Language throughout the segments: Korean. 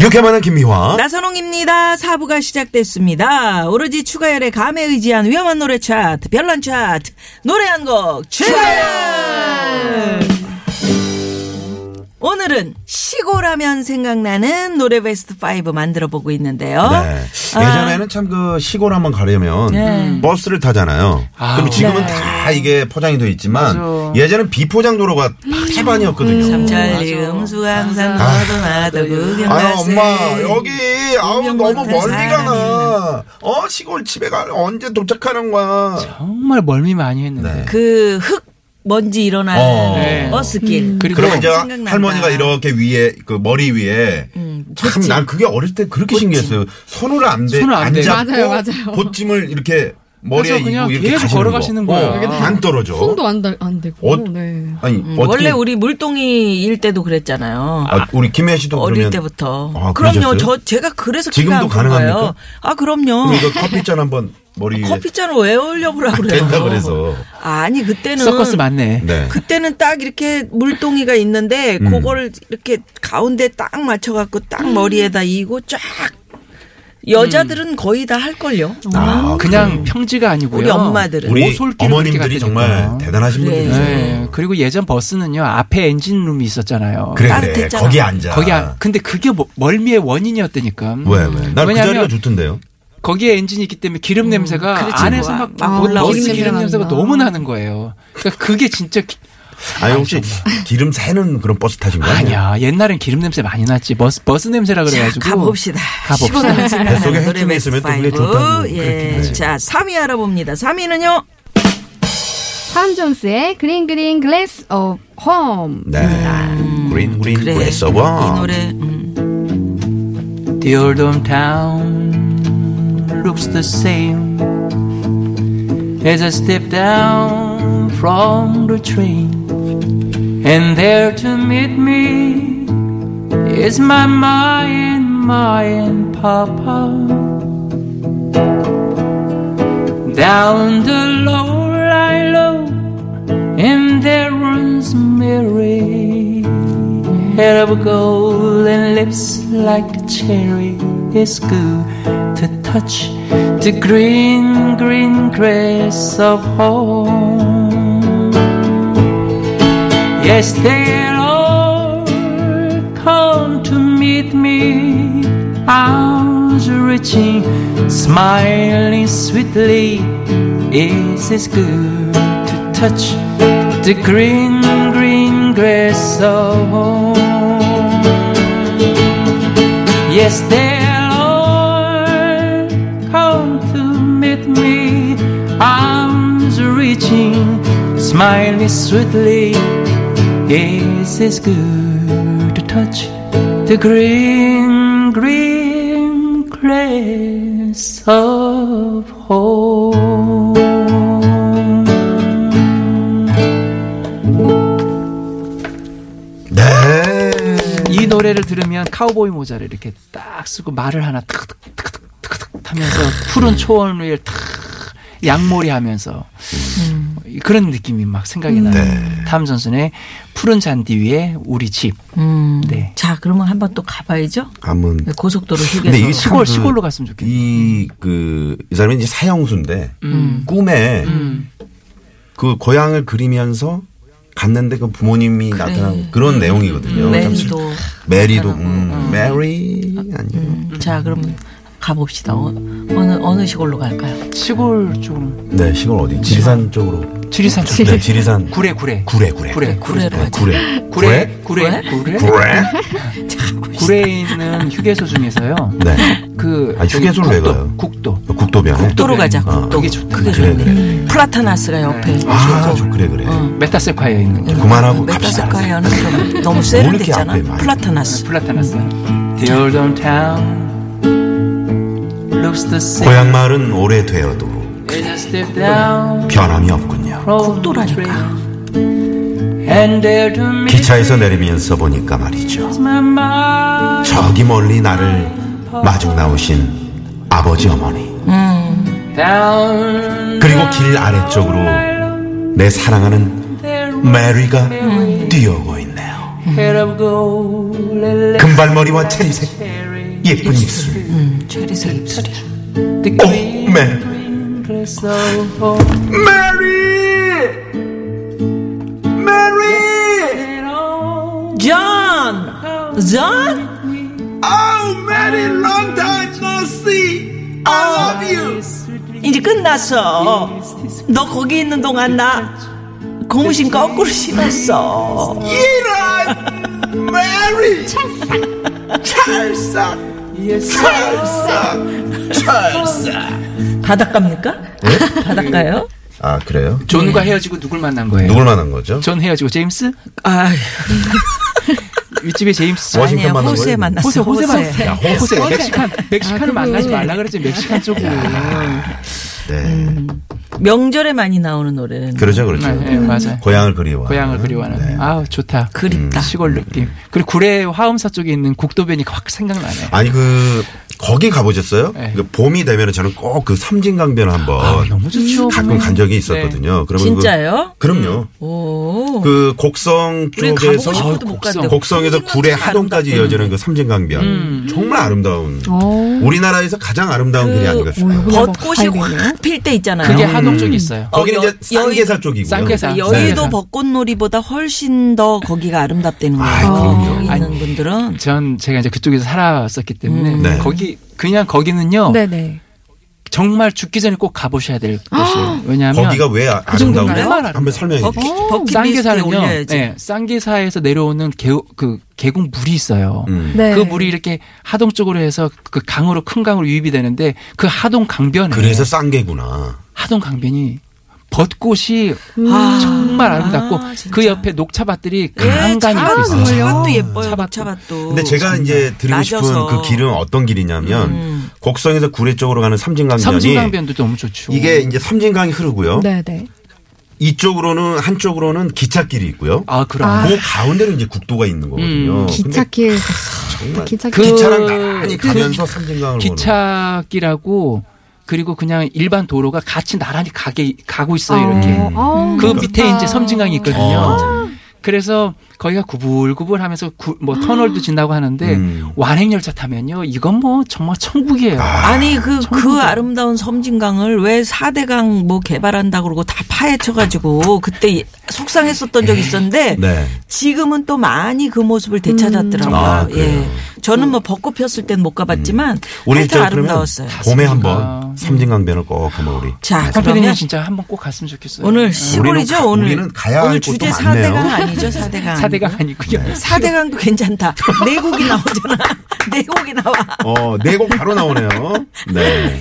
유쾌만한 김미화. 나선홍입니다. 사부가 시작됐습니다. 오로지 추가열의 감에 의지한 위험한 노래 차트, 별난 차트, 노래 한 곡 추가열! 오늘은 시골하면 생각나는 노래 베스트 5 만들어 보고 있는데요. 아, 네. 예전에는 참 그 시골 한번 가려면 네. 버스를 타잖아요. 그럼 지금은 네. 다 이게 포장이 돼 있지만 예전엔 비포장 도로가 음. 파반이었거든요. 잠자리 음수 항상 너도 나도 아유 구경하세 엄마 여기 아우 운명 너무 같은 멀리 가나. 사람이네. 어 시골 집에 가 언제 도착하는 거야. 정말 멀미 많이 했는데. 네. 그흙 먼지 일어나는 어. 네. 버스길. 그리고 그러면 이제 생각난다. 음, 할머니가 이렇게 위에 그 머리 위에 참 봇짐. 난 그게 어릴 때 그렇게 신기했어요. 손으로 안 돼, 손을 안 안 대고. 잡고 맞아요, 맞아요. 보찜을 이렇게 머리에 그래서 그냥 이고 이렇게 계속 가시는 걸어가시는 거. 거예요. 어, 이렇게 안 떨어져. 손도 안, 달, 안 되고. 어? 네. 아니 음, 어떻게 원래 우리 물동이 일 때도 그랬잖아요. 아, 우리 김혜 씨도 어릴 그러면 때부터. 아, 그럼요. 그러셨어요? 저 제가 그래서 지금도 키가 안 큰 가능합니까? 그러니까 거예요. 아 그럼요. 그럼 이거 커피잔 한번 머리에 커피잔을 왜 올려고 그러고 그래요? 된다 그래서 아니 그때는 서커스 맞네. 네. 음. 그때는 딱 이렇게 물동이가 있는데 그거를 이렇게 가운데 딱 맞춰 갖고 딱 머리에다 이고 쫙 여자들은 거의 다 할 걸요. 음. 아, 음. 그냥 그래요. 평지가 아니고요. 우리 엄마들은. 우리 오솔길로 어머님들이 이렇게 정말 갔겠다. 대단하신 그래. 분들이세요. 네. 그리고 예전 버스는요 앞에 엔진룸이 있었잖아요. 그래 그래 따뜻했잖아. 거기 앉아. 거기 아, 근데 그게 뭐- 멀미의 원인이었다니까. 왜 왜? 난 그 왜냐면 자리가 좋던데요. 거기에 엔진이 있기 때문에 기름 냄새가 그렇지, 안에서 뭐, 막, 막 뭐 올라오고 버스 기름 기름 냄새가 냄새가 너무 나는 거예요. 그러니까 그게 진짜 기- 아니 혹시 기름 새는 그런 버스 타신 거 아니야? 아니야. 옛날엔 기름 냄새 많이 났지. 버스 버스 냄새라 자, 그래가지고. 가봅시다. 가봅시다. 시골 음식 뱃속에 노래 핵심이 베스트 있으면 또 그게 파이브. 좋다고 그렇게, 예. 네. 자, 3위 알아봅니다. 3위는요. 탐 존스의 그린 그린 글래스 오브 홈. 네. 그린 그린 음. 그래. 그레스 이 오버. 노래 음. The old hometown looks the same as I step down from the train. And there to meet me is my ma and my and papa. Down the low I low, and there runs Mary. Hair of gold and lips like a cherry. It's good to touch the green, green grass of home. Yes, they'll all come to meet me. Arms reaching, smiling sweetly. Is it good to touch the green, green grass of home? Yes, they'll all come to meet me. Arms reaching, smiling sweetly. Yes, it's good to touch the green, green grass of home. 네. 이 노래를 들으면 카우보이 모자를 이렇게 딱 쓰고 말을 하나 탁탁탁탁탁 하면서 푸른 초원 위에 탁 양몰이 하면서 음. 그런 느낌이 막 생각이 나요. 탐선순의 푸른 잔디 위에 우리 집. 음. 음. 네. 자, 그러면 한번 또 가봐야죠. 네, 한번 고속도로 휴게소. 근데 네, 이게 시골, 시골로 갔으면 좋겠네. 이, 그, 이 사람이 이제 사형수인데, 음. 꿈에 그 고향을 그리면서 갔는데 그 부모님이 나타난 그런 네, 내용이거든요. 참 슬- 음. 음. 메리도. 음. 메리도, 음, 메리, 안녕. 자, 그러면 가봅시다. 어, 어느 어느 시골로 갈까요? 시골 쪽으로 네, 시골 어디? 지리산 쪽으로. 지리산 쪽. 네, 지리산. 구례 구례. 구례, 구례. 구례. 구례로 네, 가자. 구례. 구례 구례 구례. 구례? 구례에 있는 휴게소 중에서요. 음. 네. 그 아, 휴게소를 저기 왜 가요? 국도. 국도변에. 국도로 음. 가자. 아, 국도. 그게 좋다. 그게 그래, 좋네. 그래. 플라타나스가 옆에. 네. 아, 저 그래, 그래. 어. 메타세콰이어 있는 거. 그만하고 갑시다. 메타세카이아는 좀뭐 이렇게 너무 앞에 세련됐잖아. 많이 플라타나스. 플라타나스. The old old town looks the same. 고향 마을은 오래되어도 As I step down 변함이 없군요. from 국도라니까. the train. And there to meet 기차에서 내리면서 보니까 말이죠. my mind. 저기 멀리 나를 마중 나오신 아버지 어머니 Down 그리고 길 아래쪽으로 내 사랑하는 there 음. 메리가 뛰어오고 있네요. head of gold. Let 금발머리와 체리색 carry 예쁜 입술. 체리색 음, 입술이. the 오, green 메리. glass of 메리! 메리! 존! 존! Oh, Mary, long time no see. I love you. 이제 끝났어. 너 거기 있는 동안 나 고무신 거꾸로 신었어. 이런 Mary. 찰싹. 찰싹. 찰싹. 바닷가입니까? 예? 바닷가요? 아 그래요? 존과 헤어지고 누굴 만난 거예요? 누굴 만난 거죠? 존 헤어지고 제임스? 아휴. 윗집에 제임스. 워싱턴 아니에요. 만난 호수에 거예요? 만났어. 호세 호세 호세. 만났어. 뭐, 야, 호세 멕시칸 멕시칸을 만나지 말라 네. 아, 그랬지 멕시칸 쪽으로. 네. 명절에 많이 나오는 노래는 그러죠, 그렇죠. 네, 네, 맞아요. 고향을 그리워. 고향을 네. 그리워하는. 아우 좋다. 그립다. 시골 느낌. 그리고 구례 화엄사 쪽에 있는 국도변이 확 생각나네. 아니 그 거기 가보셨어요? 네. 아, 그 봄이 되면 저는 꼭 그 삼진강변 한번 너무 좋죠. 네. 가끔 간 적이 있었거든요. 그러면 진짜요? 그, 럼요 오. 그 곡성 우린 가보고 쪽에서 싶어도 못 곡성. 갔는데 곡성에서 구례 하동까지 이어지는 그 삼진강변 정말 아름다운 오. 우리나라에서 가장 아름다운 음. 어. 그- 그, 이 아닌가 싶어요. 오, 벚꽃이 가야 확 필 때 있잖아요. 음. 음. 그게 하동 쪽에 있어요. 거기는 어, 여- 이제 쌍계사 쪽이고요. 쌍계사. 여의도 네. 벚꽃놀이보다 훨씬 더 거기가 아름답다는 거예요. 아이, 그럼요. 거기 있는 분들은 전 제가 이제 그쪽에서 살았었기 때문에 네. 거기 그냥 거기는요 네네. 정말 죽기 전에 꼭 가보셔야 될 곳이에요. 왜냐하면 거기가 왜 아- 그 아름다운지 그 정도인가요? 한번 설명해 버킷, 주세요. 버킷리스트에 쌍계사는요. 올려야지. 네, 쌍계사에서 내려오는 개, 그 계곡 물이 있어요. 음. 네. 그 물이 이렇게 하동 쪽으로 해서 그 강으로 큰 강으로 유입이 되는데 그 하동 네. 강변에 그래서 쌍계구나. 하동 강변이 벚꽃이 아, 정말 아름답고 아, 진짜. 그 옆에 녹차밭들이 예, 간간히 차밭, 있어요. 차밭도 예뻐요. 차밭도. 차밭도. 근데 제가 이제 드리고 싶은 낮아서. 그 길은 어떤 길이냐면 곡성에서 구례 쪽으로 가는 삼진강변이 섬진강변도 너무 좋죠. 이게 이제 삼진강이 흐르고요. 어? 네네. 어, 이쪽으로는 한쪽으로는 기찻길이 있고요. 아 그럼 아. 음, 그 가운데로 이제 국도가 있는 거거든요. 근데 기차길. 정말 기차길. 그- 기차랑 나란히 그- 가면서 삼진강을 기차길하고 그리고 그냥 일반 도로가 같이 나란히 가게 가고 있어요 아, 이렇게. 어, 어, 그 좋다. 밑에 이제 섬진강이 있거든요. 어. 그래서 거기가 구불구불하면서 구- 뭐 터널도 지나고 하는데 음. 완행열차 타면요, 이건 뭐 정말 천국이에요. 아니 그 그 아름다운 섬진강을 왜 4대강 뭐 개발한다 그러고 다 파헤쳐 가지고 그때 속상했었던 적이 있었는데 네. 지금은 또 많이 그 모습을 되찾았더라고요. 아, 그래요? 음. 예. 저는 뭐 벚꽃 폈을 땐 못 가봤지만 우리 하여튼 저 그러면 아름다웠어요. 봄에 맞습니다. 한번 삼진강변을 꼭 한번 우리. 자, 선배님 그러면 진짜 한번 꼭 갔으면 좋겠어요. 오늘 시골이죠 가- 오늘 우리는 가야 할 오늘 곳도 주제 많네요. 4대강 아니죠 4대강 사대강 아니고요. 사대강도 괜찮다 내곡이 나오잖아 내곡이 나와 어, 네곡 바로 나오네요. 네.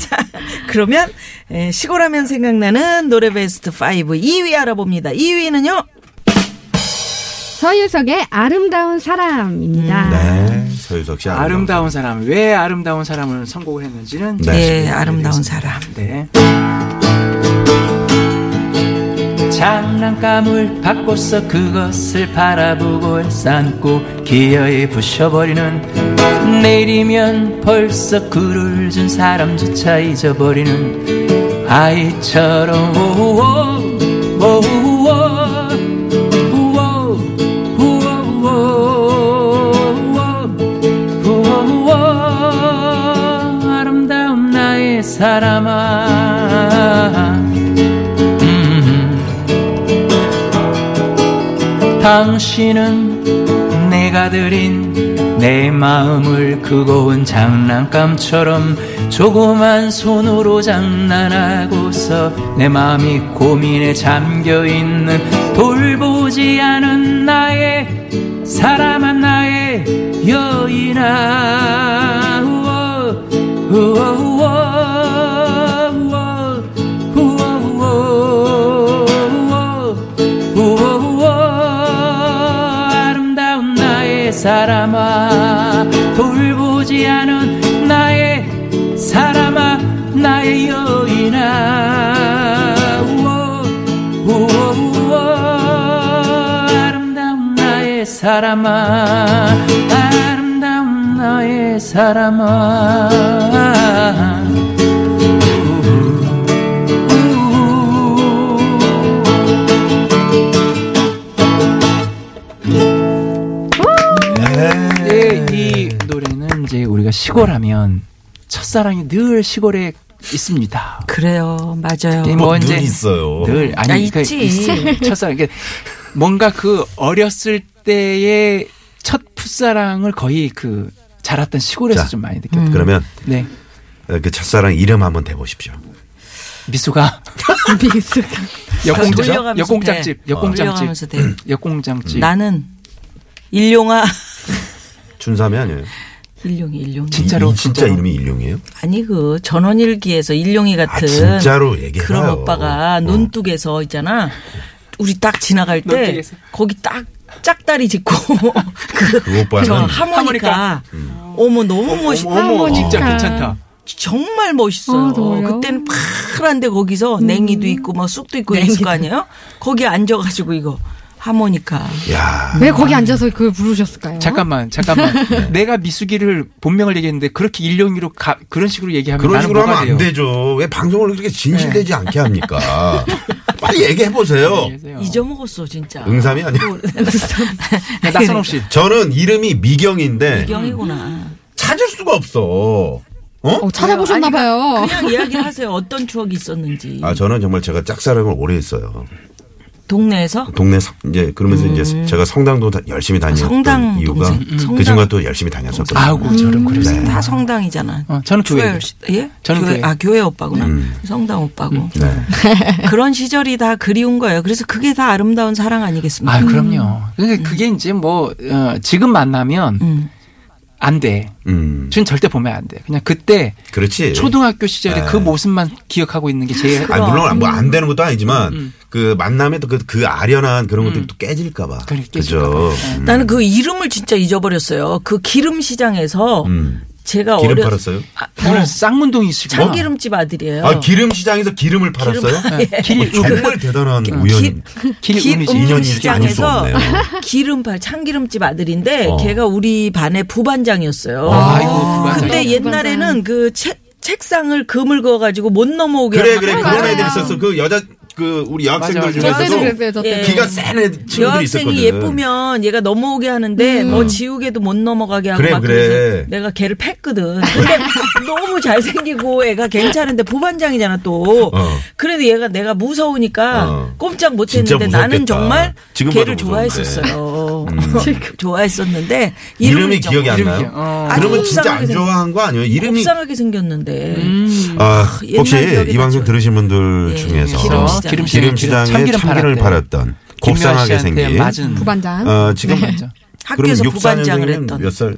그러면 에, 시골하면 생각나는 노래 베스트 5 2위 알아봅니다 2위는요 서유석의 아름다운 사람입니다. 음. 네. 서유석 씨 아름다운 사람 왜 아름다운 사람을 선곡을 했는지는 네. 예 아름다운 사람 네. 장난감을 바꿔서 그것을 바라보고 삶고 기어이 부셔버리는 내일이면 벌써 그를 준 사람조차 잊어버리는 아이처럼 오오오 오오오 우와, 우와, 우와, 우와, 우와, 아름다운 나의 사람아 Mm-hmm. 음. 당신은 내가 드린 내 마음을 그거운 장난감처럼 조그만 손으로 장난하고서 내 마음이 고민에 잠겨 있는 돌보지 않은 나의 사람한 나의 여인아 우어, 우어, 우어, 우어, 우어, 우어, 우어, 우어, 우어, 아름다운 나의 사람아 돌보지 않은 나의 사람아 나의 여인아 우어, 우어, 우어, 아름다운 나의 사람아 아름다운 나의 사람아 예, 이 노래는 이제 우리가 시골하면 첫사랑이 늘 시골에 있습니다. 그래요, 맞아요. 이게 뭐 늘 있어요. 늘 아니 아, 그러니까 있지. 있어요. 첫사랑 그러니까 뭔가 그 어렸을 때의 첫 풋사랑을 거의 그 자랐던 시골에서 자. 좀 많이 느꼈다. 그러면 네. 그 첫사랑 이름 한번 대보십시오. 미수가 미숙한. 역공장 어, 돌려가면서 역공장집 돼. 돌려가면서 역공장집 돼. 음. 역공장집 나는 일용아 춘삼이 아니에요. 일용이 일용이 진짜로 이- 진짜 진짜로. 이름이 일룡이에요? 아니 그 전원일기에서 일용이 아 같은 진짜로 얘기해요. 어. 그런 오빠가 논뚝에서 있잖아. 우리 딱 지나갈 때 논뚝에서. 거기 딱 짝다리 짚고 그, 그 오빠는 저 하모니카. 어머 너무 멋있. 어머 진짜 하모니카. 괜찮다. 정말 멋있어요. 아, 정말요? 그때는 파란데 거기서 음. 냉이도 있고 뭐 쑥도 있고 있을 거 아니에요? 거기 앉아가지고 이거 하모니카. 야, 왜 거기 앉아서 그걸 부르셨을까요? 어? 잠깐만, 네. 잠깐만. 내가 미숙이를 본명을 얘기했는데 그렇게 일용이로 가- 그런 식으로 얘기하면 그런 나는 식으로 뭐가 하면 안 돼요? 네. 되죠. 왜 방송을 그렇게 진실되지 않게 합니까? 빨리 얘기해 보세요. 안녕하세요. 잊어먹었어 진짜. 응삼이 아니에요. 야, 나선홍 음. 씨. 저는 이름이 미경인데 경이구나. 찾을 수가 없어. 어? 어, 찾아보셨나봐요. 그냥 이야기를 하세요. 어떤 추억이 있었는지. 아 저는 정말 제가 짝사랑을 오래 했어요. 동네에서 동네 성- 이제 그러면서 네. 이제 제가 성당도 다- 열심히 다녔던 성당 이유가 동생. 음. 그 성당. 친구가 또 열심히 다녔었거든요. 아이고, 저런 그랬어요. 다 성당이잖아. 음. 어, 저는 교회 교회. 열시- 예? 저는 교회. 음. 아 교회 오빠구나. 음. 성당 오빠고. 네. 그런 시절이 다 그리운 거예요. 그래서 그게 다 아름다운 사랑 아니겠습니까? 아, 그럼요. 근데 그게 이제 뭐 어, 지금 만나면 음. 안 돼. 음. 전 절대 보면 안 돼. 그냥 그때 그렇지. 초등학교 시절에 그 모습만 기억하고 있는 게 제일 네. 아니, 물론 뭐 안 되는 것도 아니지만 그 만남에 또 그 그 아련한 그런 것들이 또 깨질까 봐. 그래, 깨질까 그죠. 음. 나는 그 이름을 진짜 잊어버렸어요. 그 기름 시장에서 음. 제가 기름 어려 팔았어요? 아, 물론 뭐 어, 쌍문동이 시고 참기름집 아들이에요. 아 기름 시장에서 기름을 팔았어요? 길이 정말 대단한 음, 우연. 길이 음이지. 음. 인연이 이렇게 아닐 수 시장에서 없네요. 기름팔 참기름집 아들인데 어. 걔가 우리 반의 부반장이었어요. 아이고, 부반장. 근데 옛날에는 그 책, 책상을 금을 그어가지고 못 넘어오게 그래 하는 그래 막 그런 맞아요. 애들 있었어. 그 여자 그 우리 여학생들 맞아, 맞아. 저때도 중에서도 그랬어요, 저때도. 예. 기가 센 애들 친구들이 있었거든. 여학생이 예쁘면 얘가 넘어오게 하는데 뭐 지우개도 못 넘어가게 하고 그래, 막 그래. 그래서 내가 걔를 팼거든. 근데 너무 잘생기고 애가 괜찮은데 부반장이잖아 또. 어. 그래도 얘가 내가 무서우니까 어. 진짜 꼼짝 못했는데 나는 무섭겠다. 정말 지금 봐도 걔를 무서운데. 음. 좋아했었어요. 좋아했었는데 이름이 잊어버렸죠. 기억이 안 이름이 나요. 기억- 어. 아주 그러면 진짜 곱상하게 안 좋아한 거 아니에요? 이름이 곱상하게 생겼는데 아, 옛날 혹시 기억이 이 방송 나죠. 들으신 분들 예, 중에서 길어. 기름 기름시장에 시장에 참기름 참기름을 팔았대. 팔았던 김미아 곱상하게 씨한테 생긴 맞은 네. 부반장. 어, 지금 학교에서 부반장을 했던 몇 살?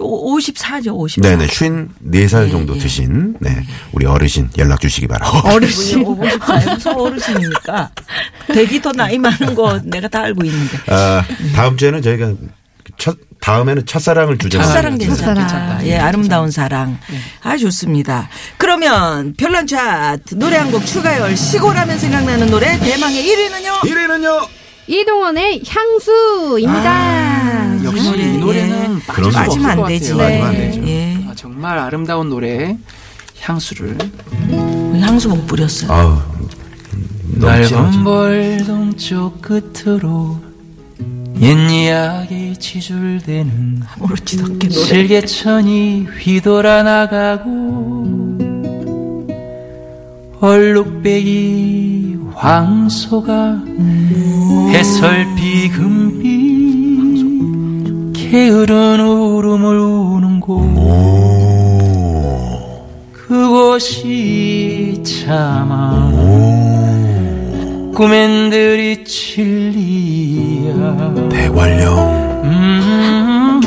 오- 54죠 54. 네네, 쉰 네 예, 살 정도 드신 네 우리 어르신 연락 주시기 바랍니다. 어르신. 54에 무슨 어르신입니까? 되게 더 나이 많은 거 내가 다 알고 있는데. 아, 다음 주에는 저희가 첫 다음에는 첫사랑을 주제로 첫사랑 하겠습니다. 괜찮다. 첫사랑. 예, 아름다운 사랑. 아, 좋습니다. 그러면 별난 차트 노래 한 곡 추가열 시골하면 생각나는 노래 대망의 1위는요? 1위는요. 이동원의 향수입니다. 역시 노래, 이 노래는 그런 빠질 거 수가 빠지면 없을 것 안 같아요. 되지. 빠지면 안 되죠. 예. 아, 정말 아름다운 노래 향수를 향수 못 뿌렸어요. 아, 너무 넓은 진하죠. 벌동쪽 끝으로 옛 이야기 지줄대는 아무렇지도 않게 노래. 실개천이 휘돌아 나가고 얼룩배기 음. 황소가 해설비 금빛 게으른 울음을 우는 곳 그곳이 차마 꿈엔들이 진리야 대관령 음,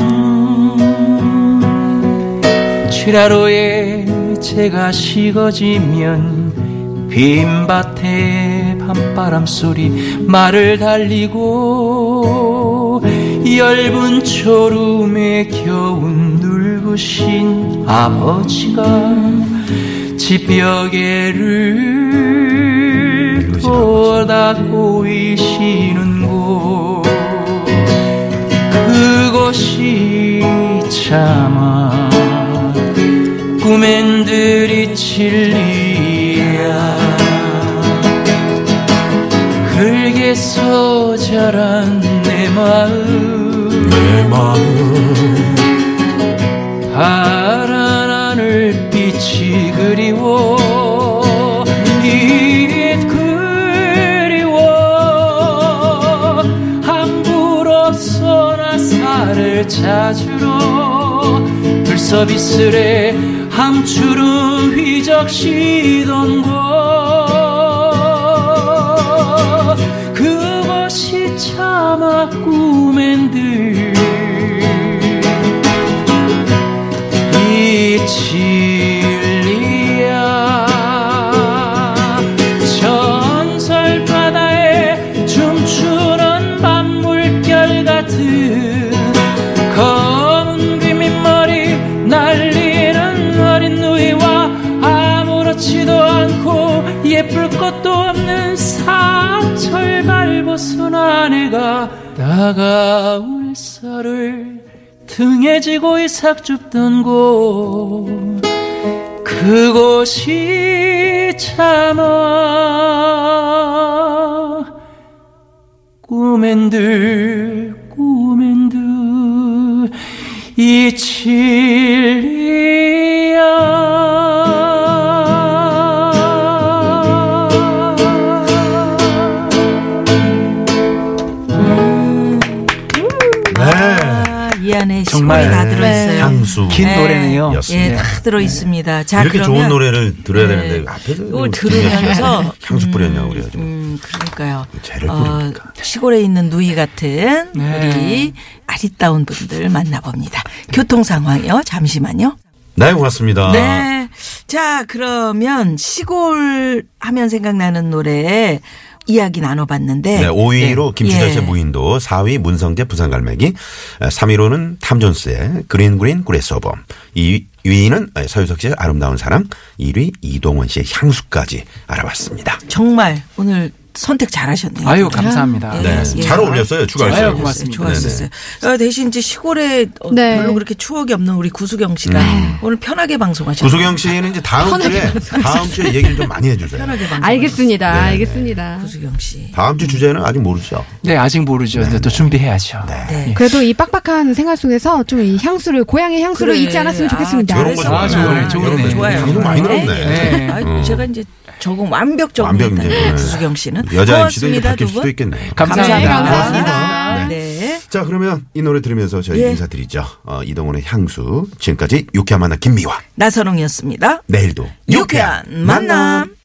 취라로에 제가 식어지면 빈밭에 밤바람 소리 말을 달리고 엷은 초름에 겨운 늙으신 아버지가 집벽에를 돌아고 계시는 곳 그곳이 참아 꿈엔들이 진리야 흙에서 자란 내 마음 내 마음 파란 하늘빛이 그리워 이게 그리워 함부로써 나 살을 찾으러 불서비스레 함추름 휘적시던 곳 그것이 차마 꿈엔들 이 진리야 전설 바다에 춤추는 밤물결 같은 검은 귀밑머리 날리는 어린 누이와 아무렇지도 않고 예쁠 것도 없는 사철 발벗은 아내가 다가올 쌀을 등에 지고 이삭 줍던 곳 그곳이 참아 꿈엔들 꿈엔들 이 진리야 네. 아, 이 안에 정말. 정말 다 들어있어요. 향수. 긴 네. 노래네요. 예, 네. 다 들어있습니다. 자, 이렇게 그러면 좋은 노래를 들어야 네. 되는데 앞에서 이걸 중요한 들으면서 시간에 음. 향수 뿌렸냐 우리가 지금. 음, 그러니까요. 어, 죄를 부립니까? 시골에 있는 누이 같은 네. 우리 아리따운 분들 만나봅니다. 교통 상황이요. 잠시만요. 네 고맙습니다. 네. 자, 그러면 시골 하면 생각나는 노래 이야기 나눠봤는데. 네, 5위로 김추자 씨의 예. 무인도, 4위 문성재 부산갈매기, 3위로는 탐존스의 그린 그린 그레스오버, 2위는 서유석 씨의 아름다운 사랑, 1위 이동원 씨의 향수까지 알아봤습니다. 정말 오늘 선택 잘하셨네요. 아유, 감사합니다. 예, 네, 예. 잘 어울렸어요. 추가할 아유, 수 고맙습니다. 네. 좋았었어요. 어, 대신 이제 시골에 어, 네. 별로 그렇게 추억이 없는 우리 구수경 씨가 오늘 편하게 방송하셨어요. 네. 구수경 씨는 이제 다음 주에 다음 주에 얘기를 좀 많이 해주세요. 알겠습니다. 알겠습니다. 구수경 씨. 다음 주 주제는 아직 모르죠. 네, 아직 모르죠. 이제 또 준비해야죠. 네. 그래도 이 빡빡한 생활 속에서 좀 이 향수를 고향의 향수를 그래. 잊지 않았으면 아, 좋겠습니다. 이런 거 아, 좋아하네. 좋네, 좋네. 이런 거 좋아요. 방송 많이 늘었네. 네. 아유, 제가 이제 적응 완벽적으로 음. 완벽 했다. 이제 네. 구수경 씨는 여자 MC도 이제 고맙습니다, 바뀔 두 분. 수도 있겠네요. 네, 감사합니다. 감사합니다. 네. 자 그러면 이 노래 들으면서 저희 예. 인사드리죠. 어, 이동훈의 향수 지금까지 유쾌한 만남 김미화 나선홍이었습니다. 내일도 유쾌한 만남.